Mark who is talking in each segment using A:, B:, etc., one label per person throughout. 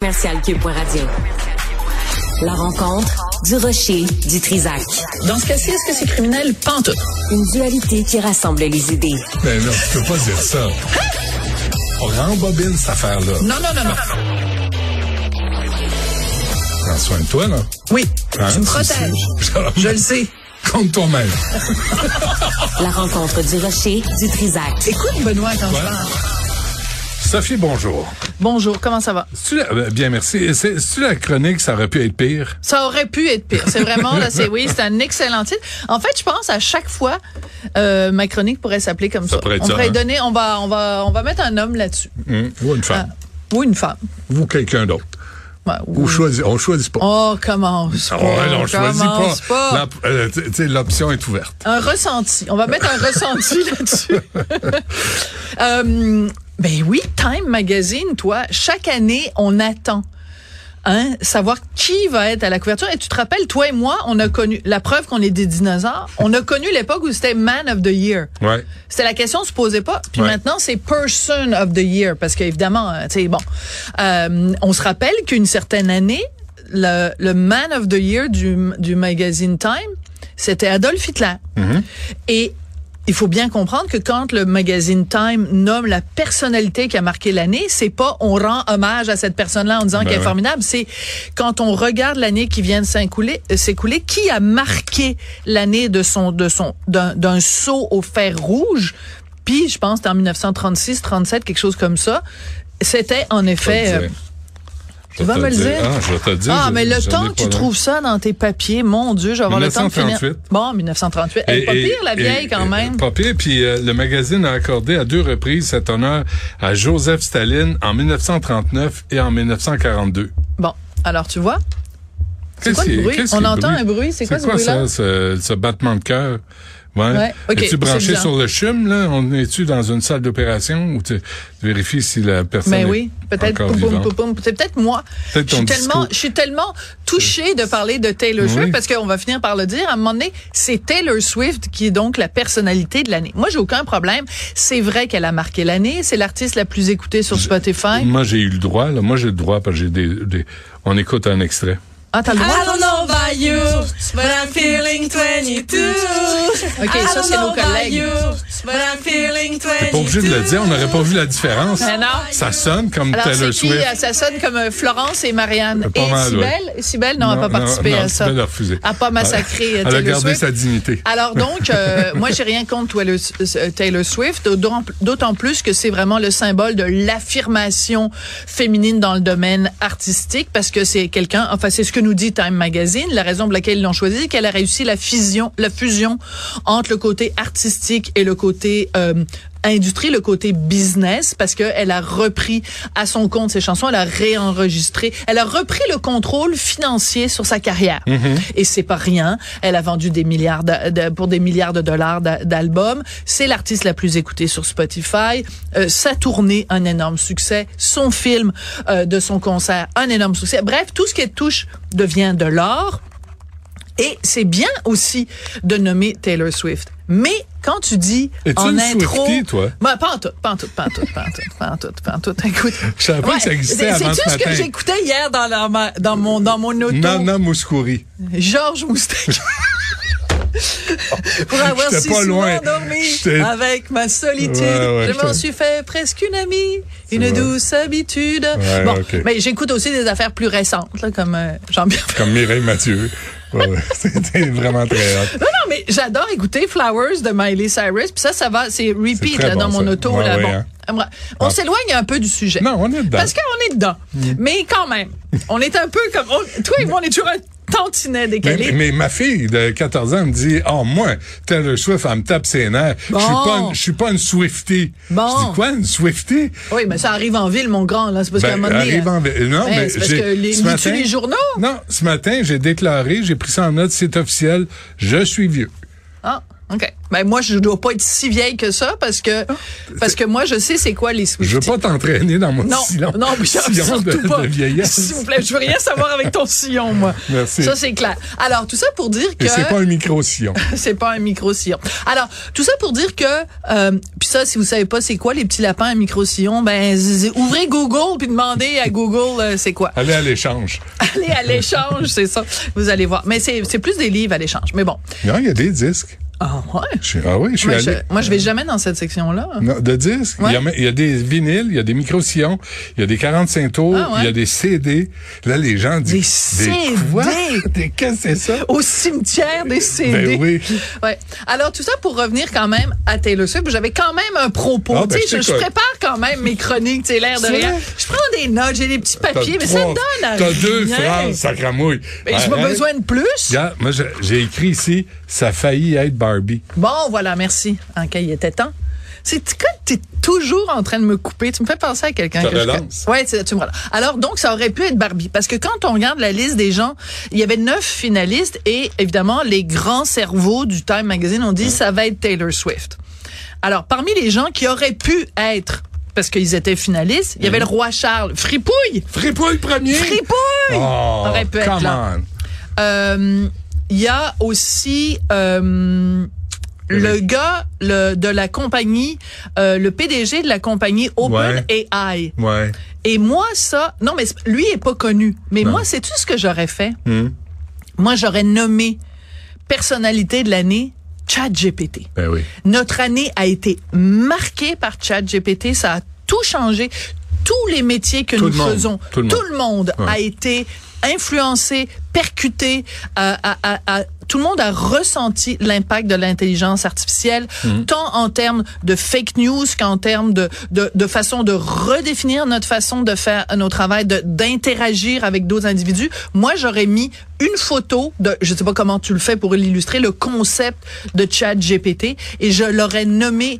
A: commercial cube.radio. La rencontre du rocher du Trisac.
B: Dans ce cas-ci, est-ce que c'est criminel? Pente.
A: Une dualité qui rassemble les idées.
C: Mais non, Ben tu peux pas dire ça. On rembobine cette affaire-là.
B: Non, non, non, non.
C: Prends soin de toi, là.
B: Oui.
C: Hein,
B: tu me
C: c'est-
B: protèges.
C: c'est-
B: Je le sais.
C: Compte toi-même.
A: La rencontre du rocher du Trisac.
B: Écoute, Benoît, quand je
C: Ouais.
B: parle.
C: Sophie, bonjour.
B: Bonjour, comment ça va?
C: C'est-tu la- euh, Bien, merci. C'est- C'est-tu la chronique, ça aurait pu être pire?
D: Ça aurait pu être pire. C'est vraiment, là, c'est, oui, c'est un excellent titre. En fait, je pense à chaque fois, euh, ma chronique pourrait s'appeler comme
C: Ça
D: ça.
C: pourrait être
D: on
C: ça,
D: pourrait
C: hein.
D: donner, on va, on va, on va mettre un homme là-dessus.
C: Hum, Ou une femme.
D: Ou une femme.
C: Ou quelqu'un d'autre.
D: Ouais, ou-
C: Ou choisi, on choisit pas.
D: Hum. Oh, commence pas.
C: Ouais, là, on choisit pas.
D: commence pas.
C: L'op- euh, tu- tu sais, L'option est ouverte.
D: Un ressenti. On va mettre un ressenti là-dessus. Euh, ben oui, Time Magazine, toi, chaque année, on attend. Hein, savoir qui va être à la couverture. Et tu te rappelles, toi et moi, on a connu, la preuve qu'on est des dinosaures, on a connu l'époque où c'était Man of the Year.
C: Ouais.
D: C'était la question, on se posait pas. Puis
C: Ouais.
D: maintenant, c'est Person of the Year parce qu'évidemment, euh, tu sais, bon, Euh, on se rappelle qu'une certaine année, le, le Man of the Year du, du magazine Time, c'était Adolf Hitler.
C: Mm-hmm.
D: Et il faut bien comprendre que quand le magazine Time nomme la personnalité qui a marqué l'année, c'est pas on rend hommage à cette personne-là en disant
C: Ben
D: qu'elle
C: ouais.
D: est formidable, c'est quand on regarde l'année qui vient de s'incouler- euh, s'écouler, qui a marqué l'année de son de son d'un d'un saut au fer rouge, puis je pense que c'était en 1936, 37, quelque chose comme ça. C'était en effet euh,
C: Tu
D: vas me le dire?
C: Ah, je vais te le dire.
D: ah,
C: je-
D: mais le
C: je
D: temps
C: l'ai
D: que tu
C: pas là.
D: trouves ça dans tes papiers, mon Dieu, je vais avoir le temps de
C: 1938.
D: finir. Bon, 1938. Elle est pas
C: Et- et-
D: pire, la
C: et-
D: vieille, quand
C: et-
D: même.
C: Pas pire. Puis euh, le magazine a accordé à deux reprises cet honneur à Joseph Staline en 1939 et en 1942.
D: Bon, alors tu vois, c'est
C: Qu'est-ce
D: quoi
C: qui-
D: le bruit?
C: qu'est-ce
D: On
C: qui est
D: entend un bruit, c'est quoi ce bruit-là?
C: ça, ce, ce battement de cœur? Ouais.
D: Ouais, ok,
C: Es-tu
D: c'est
C: branché
D: bizarre.
C: sur le chum, là? On est-tu dans une salle d'opération où tu, tu vérifies si la personne
D: Mais
C: est
D: Ben oui, peut-être.
C: encore
D: poum, poum,
C: vivante?
D: poum, poum. C'est peut-être moi.
C: Peut-être
D: je
C: ton
D: suis tellement,
C: discours.
D: je suis tellement touchée de parler de Taylor Swift
C: Oui.
D: parce qu'on va finir par le dire. À un moment donné, c'est Taylor Swift qui est donc la personnalité de l'année. Moi, j'ai aucun problème. C'est vrai qu'elle a marqué l'année. C'est l'artiste la plus écoutée sur Spotify.
C: Moi, j'ai eu le droit, là. Moi, j'ai le droit parce que j'ai des, des- On écoute un extrait.
D: Ah, t'as le droit.
E: I don't know about you, but I'm feeling 22.
D: Ok,
E: I
D: ça,
E: don't
D: c'est nos
E: know about
D: collègues.
E: you, but I'm feeling 22.
C: Pas obligé de le dire, on n'aurait pas vu la différence.
D: Mais Ben non.
C: Ça sonne comme
D: Alors, c'est
C: Taylor
D: qui?
C: Swift.
D: euh, Ça sonne comme euh, Florence et Marianne.
C: Pas
D: et
C: mal,
D: Sibelle? Sibelle, non, elle n'a pas participé
C: non,
D: à ça.
C: Sibelle a refusé.
D: Elle n'a pas massacré euh,
C: Elle a
D: Taylor
C: gardé
D: Swift.
C: sa dignité.
D: Alors donc, euh, moi, j'ai rien contre Taylor- euh, Taylor Swift, d'autant- d'autant plus que c'est vraiment le symbole de l'affirmation féminine dans le domaine artistique, parce que c'est quelqu'un, enfin, c'est ce que nous dit Time Magazine, la raison pour laquelle ils l'ont choisi, qu'elle a réussi la fusion, la fusion entre le côté artistique et le côté euh, industrie, le côté business, parce qu'elle a repris à son compte ses chansons, elle a réenregistré, elle a repris le contrôle financier sur sa carrière. Et c'est pas rien. Elle a vendu des milliards de- de- pour des milliards de dollars d'a- d'albums. C'est l'artiste la plus écoutée sur Spotify. Euh, sa tournée, un énorme succès. Son film euh, de son concert, un énorme succès. Bref, tout ce qu'elle touche devient de l'or. Et c'est bien aussi de nommer Taylor Swift. Mais quand tu dis
C: Es-tu
D: en
C: une
D: intro,
C: Swiftie, toi?
D: Ben, pas en tout, pas en tout, pas en tout, pas en tout, pas en tout, pas en tout. Écoute,
C: Je savais pas que ça
D: c'est-
C: existait avant
D: C'est-tu
C: ce
D: ce que
C: matin.
D: j'écoutais hier dans, la, ma- dans, mon, dans mon auto?
C: Nana Mouskouri.
D: Georges Moustaki. Pour avoir
C: J'étais
D: si
C: pas
D: souvent
C: loin. J'étais-
D: dormi avec ma solitude,
C: Ouais, ouais,
D: je m'en
C: j'étais-
D: suis fait presque une amie, une
C: vrai.
D: douce habitude.
C: Ouais,
D: bon,
C: ok.
D: mais j'écoute aussi des affaires plus récentes, là, comme euh, Jean-Pierre
C: Comme Mireille Mathieu. Ouais, ouais. C'était vraiment très hot.
D: Non, non, mais j'adore écouter Flowers de Miley Cyrus. Puis ça, ça va, c'est
C: C'est
D: repeat
C: très
D: là,
C: bon,
D: dans mon
C: ça.
D: auto.
C: Ouais,
D: là,
C: ouais,
D: bon.
C: hein.
D: Aimerait- On s'éloigne un peu du sujet.
C: Non, on est dedans. Mm.
D: Parce qu'on est dedans. Mais quand même, on est un peu comme... on- toi et moi, on est toujours un tantinet
C: Mais,
D: décalé.
C: mais- mais ma fille de 14 ans elle me dit Oh, moi, Taylor Swift, elle me tape ses nerfs. Je suis
D: Bon.
C: pas une- Je suis pas une Swiftie.
D: Bon.
C: Je dis quoi, une Swiftie?
D: Oui, mais ça arrive en ville, mon grand. là. C'est parce qu'à un
C: Ben,
D: moment donné...
C: arrive
D: euh,
C: en- Non,
D: ouais,
C: mais
D: c'est parce
C: j'ai-
D: que les,
C: ce
D: lis-tu
C: matin-
D: les journaux?
C: Non, ce matin, j'ai déclaré, j'ai pris ça en note, c'est officiel, je suis vieux.
D: Ah, OK. Ben moi, je dois pas être si vieille que ça parce que
C: Ah.
D: parce que moi, je sais c'est quoi les
C: Je veux
D: Swifties.
C: pas t'entraîner dans mon
D: Non,
C: sillon,
D: non, mais
C: sillon
D: surtout
C: de,
D: pas.
C: de vieillesse.
D: S'il vous plaît, je veux rien savoir avec ton sillon, moi.
C: Merci.
D: Ça, c'est clair. Alors, tout ça pour dire que...
C: Et c'est pas un micro-sillon.
D: C'est pas un micro-sillon. Alors, tout ça pour dire que, euh, puis ça, si vous savez pas c'est quoi les petits lapins à micro-sillon, ben z- z- ouvrez Google puis demandez à Google euh, c'est quoi.
C: Allez à l'échange.
D: Allez à l'échange, c'est ça. Vous allez voir. Mais c'est c'est plus des livres à l'échange. Mais bon.
C: Non, il y a des disques.
D: Ah ouais.
C: Je suis- ah oui, je suis
D: Moi
C: allé.
D: je, moi, je vais jamais dans cette section-là.
C: Non, de disques.
D: Ouais.
C: Il, y a, il y a des vinyles, il y a des micro-sillons, il y a des 45 tours,
D: Ah ouais.
C: il y a des CD. Là, les gens disent...
D: Des
C: quoi?
D: CD?
C: Des- Qu'est-ce que c'est ça?
D: Au cimetière des CD.
C: Ben oui.
D: Ouais. Alors, tout ça pour revenir quand même à Taylor Swift. J'avais quand même un propos.
C: Ah, ben,
D: Tu sais, je,
C: je
D: je
C: t'écoute.
D: prépare quand même mes chroniques, tu sais, l'air de
C: C'est
D: rien.
C: vrai?
D: Je prends des notes, j'ai des petits
C: T'as
D: papiers, mais ça me
C: trois-
D: donne à
C: T'as deux
D: rien.
C: phrases, hein? sacramouille.
D: Mais j'ai pas
C: Arrête.
D: besoin de plus.
C: Regarde, moi, je- j'ai écrit ici, ça a failli être Barbie.
D: Bon, voilà, merci. En cas, il était temps. C'est quand t'es toujours en train de me couper, tu me fais penser à quelqu'un.
C: Je
D: que je
C: relance.
D: connais. Ouais, c'est- tu me relances. Alors donc, ça aurait pu être Barbie, parce que quand on regarde la liste des gens, il y avait neuf finalistes et évidemment les grands cerveaux du Time Magazine ont dit ça va être Taylor Swift. Alors parmi les gens qui auraient pu être, parce qu'ils étaient finalistes, il y avait le roi Charles, fripouille,
C: Fripouille premier!
D: fripouille,
C: Oh,
D: aurait pu être
C: come
D: là.
C: on.
D: Euh, Il y a aussi euh, le
C: Oui.
D: gars le, de la compagnie, euh, le PDG de la compagnie Open AI.
C: Ouais.
D: Et moi, ça, non, mais c'est- lui est pas connu. Mais moi, sais-tu ce que j'aurais fait?
C: Hmm.
D: Moi, j'aurais nommé personnalité de l'année ChatGPT.
C: Ben oui.
D: Notre année a été marquée par ChatGPT. Ça a tout changé. Tous les métiers que
C: Tout
D: nous
C: le monde.
D: faisons,
C: Tout le monde.
D: monde a
C: Ouais.
D: été influencé, percuté. euh, à- à- à- tout le monde a ressenti l'impact de l'intelligence artificielle, tant en termes de fake news qu'en termes de, de, de façon de redéfinir notre façon de faire nos travail, de- d'interagir avec d'autres individus. Moi, j'aurais mis une photo de, je sais pas comment tu le fais pour l'illustrer, le concept de Chat GPT, et je l'aurais nommé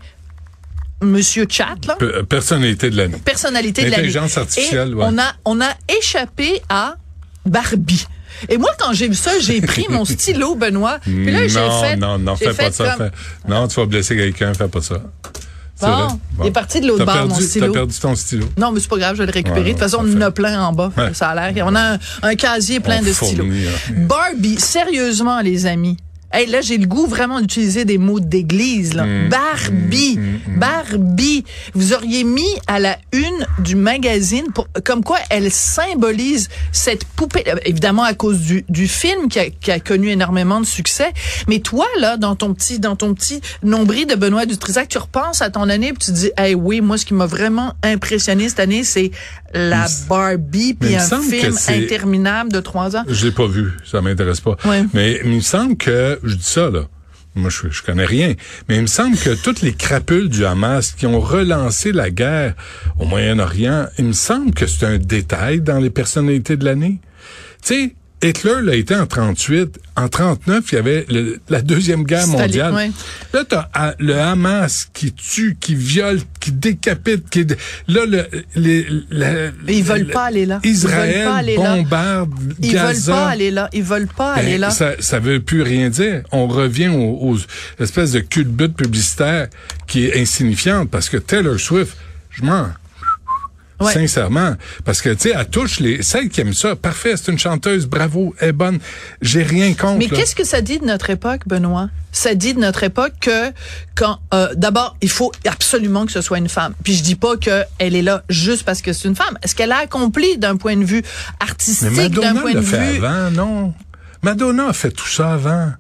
D: Monsieur Chat, là
C: Pe- euh, personnalité de l'année.
D: personnalité de l'année.
C: L'intelligence artificielle,
D: Et
C: ouais.
D: On a, on a échappé à Barbie. Et moi, quand j'ai vu ça, j'ai pris mon stylo, Benoît. Puis là, j'ai
C: non,
D: fait.
C: non, non,
D: j'ai
C: fais pas
D: fait
C: ça.
D: comme-
C: fais- Non, tu vas blesser quelqu'un, fais pas ça. C'est
D: Bon,
C: vrai.
D: il est parti de l'autre
C: T'as
D: bord,
C: perdu-
D: mon stylo.
C: T'as perdu ton stylo.
D: Non, mais c'est pas grave, je vais le récupérer.
C: Ouais,
D: de toute façon, on en
C: parfait.
D: a plein en bas.
C: Ouais.
D: Ça a l'air. On a un, un casier plein
C: On
D: de
C: fournit,
D: stylos.
C: hein.
D: Barbie, sérieusement, les amis. Hey, là, j'ai le goût vraiment d'utiliser des mots d'église. là.
C: Mm.
D: Barbie, Barbie. Vous auriez mis à la une du magazine pour, comme quoi elle symbolise cette poupée. Euh, Évidemment, à cause du, du film qui a, qui a connu énormément de succès. Mais toi, là, dans ton petit, dans ton petit nombril de Benoît Dutrisac, tu repenses à ton année et tu dis, hey, oui, moi, ce qui m'a vraiment impressionné cette année, c'est la Barbie
C: mais
D: puis
C: il me
D: un
C: semble que
D: film
C: c'est-
D: interminable de trois ans.
C: Je l'ai pas vu, ça m'intéresse pas.
D: Ouais.
C: Mais il me semble que je dis ça là. Moi, je, je connais rien, mais il me semble que toutes les crapules du Hamas qui ont relancé la guerre au Moyen-Orient, il me semble que c'est un détail dans les personnalités de l'année. Tu sais, Hitler l'a été en 38, en 39, il y avait le- la deuxième guerre
D: Staline,
C: mondiale.
D: ouais.
C: Là, t'as ah, le Hamas qui tue, qui viole, qui décapite, qui dé- là le les, la-
D: Mais ils veulent pas aller là. Ils veulent pas
C: Israël
D: aller là.
C: bombarde
D: Ils
C: Gaza.
D: veulent pas aller là. Ils veulent pas
C: Ben,
D: aller là.
C: Ça, ça veut plus rien dire. On revient aux, aux espèces de culbutes publicitaires qui est insignifiante parce que Taylor Swift, je m'en.
D: Ouais.
C: Sincèrement, parce que tu sais, elle touche les celles qui aiment ça. Parfait, c'est une chanteuse, bravo, elle est bonne. J'ai rien contre.
D: Mais
C: là.
D: qu'est-ce que ça dit de notre époque, Benoît? Ça dit de notre époque que quand euh, d'abord, il faut absolument que ce soit une femme. Puis je dis pas que elle est là juste parce que c'est une femme. Est-ce qu'elle a accompli d'un point de vue
C: Mais
D: artistique, d'un
C: Madonna
D: point de
C: l'a fait
D: vue
C: avant, non. Madonna a fait tout ça avant.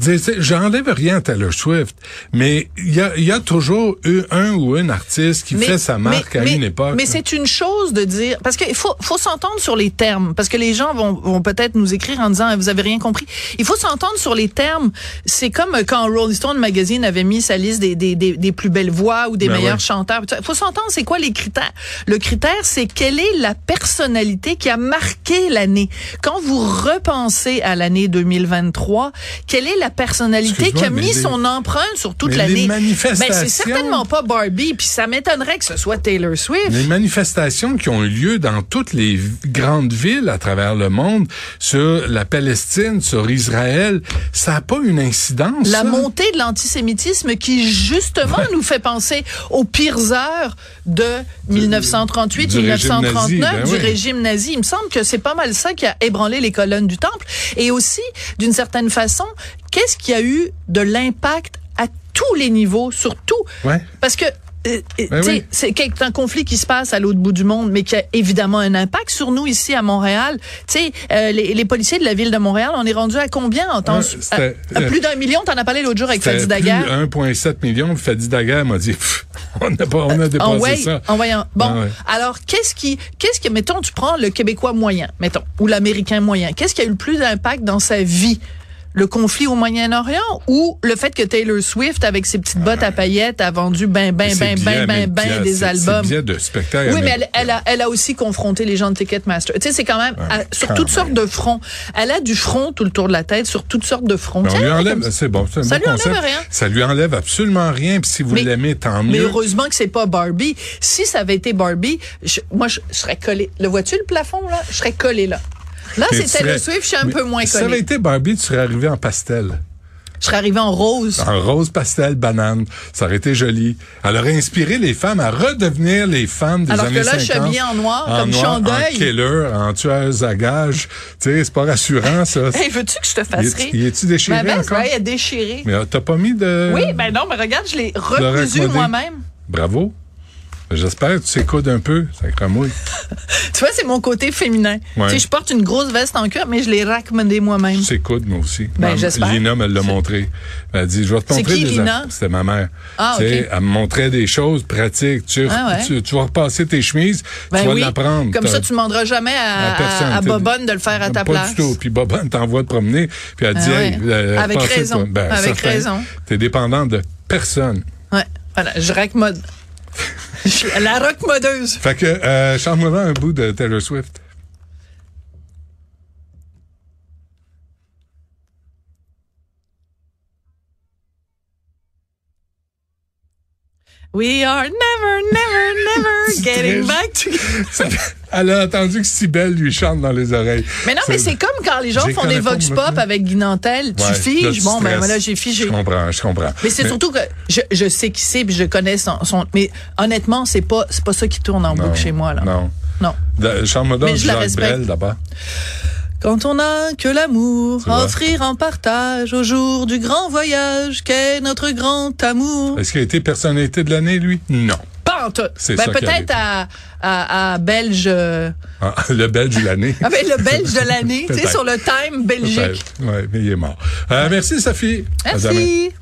C: Je veux dire, tu sais, J'enlève rien à Taylor Swift, mais il y a, il y a toujours eu un ou une artiste qui fait sa marque à
D: mais-
C: une époque.
D: Mais
C: là.
D: c'est une chose de dire, parce qu'il faut, faut s'entendre sur les termes, parce que les gens vont, vont peut-être nous écrire en disant, Ah, vous avez rien compris. Il faut s'entendre sur les termes. C'est comme euh, quand Rolling Stone Magazine avait mis sa liste des, des, des, des plus belles voix ou des
C: Ben
D: meilleurs
C: ouais.
D: chanteurs. Il faut s'entendre, c'est quoi les critères? Le critère, c'est quelle est la personnalité qui a marqué l'année. Quand vous repensez à l'année 2023, quelle est la la personnalité qui
C: Excuse-moi,
D: a
C: mais
D: mis
C: les-
D: son empreinte sur toute
C: mais
D: l'année.
C: les
D: Ben,
C: manifestations-
D: c'est certainement pas Barbie, puis ça m'étonnerait que ce soit Taylor Swift.
C: Les manifestations qui ont eu lieu dans toutes les v- grandes villes à travers le monde sur la Palestine, sur Israël, ça n'a pas une incidence.
D: La
C: ça?
D: montée de l'antisémitisme qui, justement, nous fait penser aux pires heures de 1938,
C: du régime
D: 1939,
C: nazi, ben
D: du
C: oui.
D: régime nazi. Il me semble que c'est pas mal ça qui a ébranlé les colonnes du temple. Et aussi, d'une certaine façon, qu'est-ce qui a eu de l'impact à tous les niveaux, surtout
C: Ouais.
D: parce que euh, euh,
C: Ben
D: tu sais,
C: oui.
D: c'est quelque- un conflit qui se passe à l'autre bout du monde, mais qui a évidemment un impact sur nous ici à Montréal. Tu sais, euh, les, les policiers de la ville de Montréal, on est rendu à combien en temps
C: Ouais,
D: su-
C: c'était- euh,
D: à- à Plus d'un million, t'en as parlé l'autre jour avec Fadi
C: C'était plus
D: Daguerre.
C: 1,7 million. Fadi Daguerre m'a dit, Pff, on a, pas, on a dépassé
D: En way-
C: ça.
D: Ah, en voyant. hein. Bon,
C: Ah ouais.
D: alors qu'est-ce qui, qu'est-ce que, mettons, tu prends le Québécois moyen, mettons, ou l'Américain moyen, qu'est-ce qui a eu le plus d'impact dans sa vie? Le conflit au Moyen-Orient ou le fait que Taylor Swift, avec ses petites bottes à paillettes, a vendu ben, ben,
C: C'est
D: ben,
C: bien,
D: ben,
C: mais
D: ben, ben
C: bien,
D: des
C: c'est-
D: albums.
C: C'est bien de spectacle.
D: Oui, mais
C: mais-
D: elle, elle a, elle a aussi confronté les gens de Ticketmaster. Tu sais, c'est quand même à- sur
C: quand
D: toutes
C: même.
D: sortes de fronts. Elle a du front tout le tour de la tête, sur toutes sortes de fronts.
C: Mais Ben, on
D: Tiens,
C: lui
D: elle est
C: enlève,
D: comme-
C: c'est bon, c'est un
D: Ça
C: bon
D: lui enlève
C: concept.
D: rien.
C: Ça lui enlève absolument rien. Puis si vous
D: Mais-
C: l'aimez, tant
D: Mais
C: mieux.
D: heureusement que c'est pas Barbie. Si ça avait été Barbie, je- moi, je serais collée. Le vois-tu, le plafond, là? Je serais collée là. Là,
C: Mais
D: c'est
C: tu
D: Taylor
C: serais-
D: Swift, je suis un
C: mais
D: peu moins
C: Si ça
D: collée.
C: avait été Barbie, tu serais arrivé en pastel.
D: Je serais arrivée en rose.
C: En rose pastel banane. Ça aurait été joli. Elle aurait inspiré les femmes à redevenir les femmes des
D: Alors que
C: années 50.
D: là, je suis habillée en noir, comme
C: noir,
D: chandail.
C: En killer, en tueuse à gages. Tu sais, c'est pas rassurant, ça.
D: Hey, veux-tu que je te
C: Il
D: fasse
C: est-
D: rire?
C: il Ah. est-tu
D: Ma
C: déchiré
D: veste,
C: encore?
D: Ben, ouais, elle est déchirée.
C: Mais euh, t'as pas mis de...
D: Oui, ben non, mais regarde, je l'ai
C: Laurent
D: recousu
C: Codé.
D: moi-même.
C: Bravo. J'espère que tu t'écoutes un peu. Ça cramouille.
D: Tu vois, c'est mon côté féminin.
C: Ouais.
D: Tu sais, je porte une grosse veste en cuir, mais je l'ai raccommodée moi-même.
C: Je t'écoute, moi aussi.
D: Mm-hmm. Ben,
C: Ma-
D: j'espère.
C: Lina me l'a montré. Elle a dit, je vais te
D: C'est
C: montrer
D: qui,
C: des
D: Lina?
C: aff- C'était ma mère.
D: Ah,
C: Tu sais,
D: ok.
C: Elle me montrait des choses pratiques. Tu,
D: Ah, ouais.
C: tu, tu vas repasser tes chemises,
D: Ben
C: tu vas
D: oui.
C: l'apprendre.
D: Comme
C: T'as-
D: ça, tu demanderas jamais à,
C: à personne.
D: à- à
C: Tu-
D: Bobonne de le faire à ta
C: pas
D: place.
C: du tout. Puis Bobonne t'envoie te promener, puis elle
D: Ah
C: dit,
D: ouais.
C: hey, euh,
D: Avec
C: passez-toi.
D: raison.
C: Ben,
D: Avec
C: certain.
D: raison.
C: T'es dépendant de personne.
D: Ouais. Voilà, je raccommode. Je suis la raccommodeuse.
C: Fait que, euh, chante-moi un bout de Taylor Swift.
D: We are never, never, never getting back together.
C: Ça- elle a entendu que Sibelle lui chante dans les oreilles.
D: Mais non, mais c'est comme quand les gens
C: J'ai
D: font des
C: connais pas,
D: vox
C: moi,
D: pop
C: maintenant.
D: avec Guy Nantel.
C: Ouais,
D: tu
C: là,
D: figes.
C: tu
D: bon, ben
C: stresses.
D: voilà, j'ai figé.
C: Je comprends, je comprends.
D: Mais c'est surtout que je, je sais qui c'est puis je connais son, son- mais honnêtement c'est pas c'est pas ça qui tourne en boucle chez moi là.
C: Non.
D: Non.
C: De- Chante-moi donc
D: Mais je la
C: Jacques
D: respecte.
C: Brel, d'abord.
D: Quand on a que l'amour
C: vrai.
D: à offrir en partage au jour du grand voyage qu'est notre grand amour.
C: Est-ce qu'il a été personnalité de l'année, lui? Non.
D: Pas en tout.
C: C'est
D: Ben,
C: ça qui
D: peut-être à, à, à Belge. euh,
C: Ah, le Belge de l'année.
D: Ah ben, le Belge de l'année, tu sais,
C: Peut-être.
D: sur le Time Belgique.
C: Oui, mais il est mort. Euh, Merci, Sophie. À demain.
D: Merci.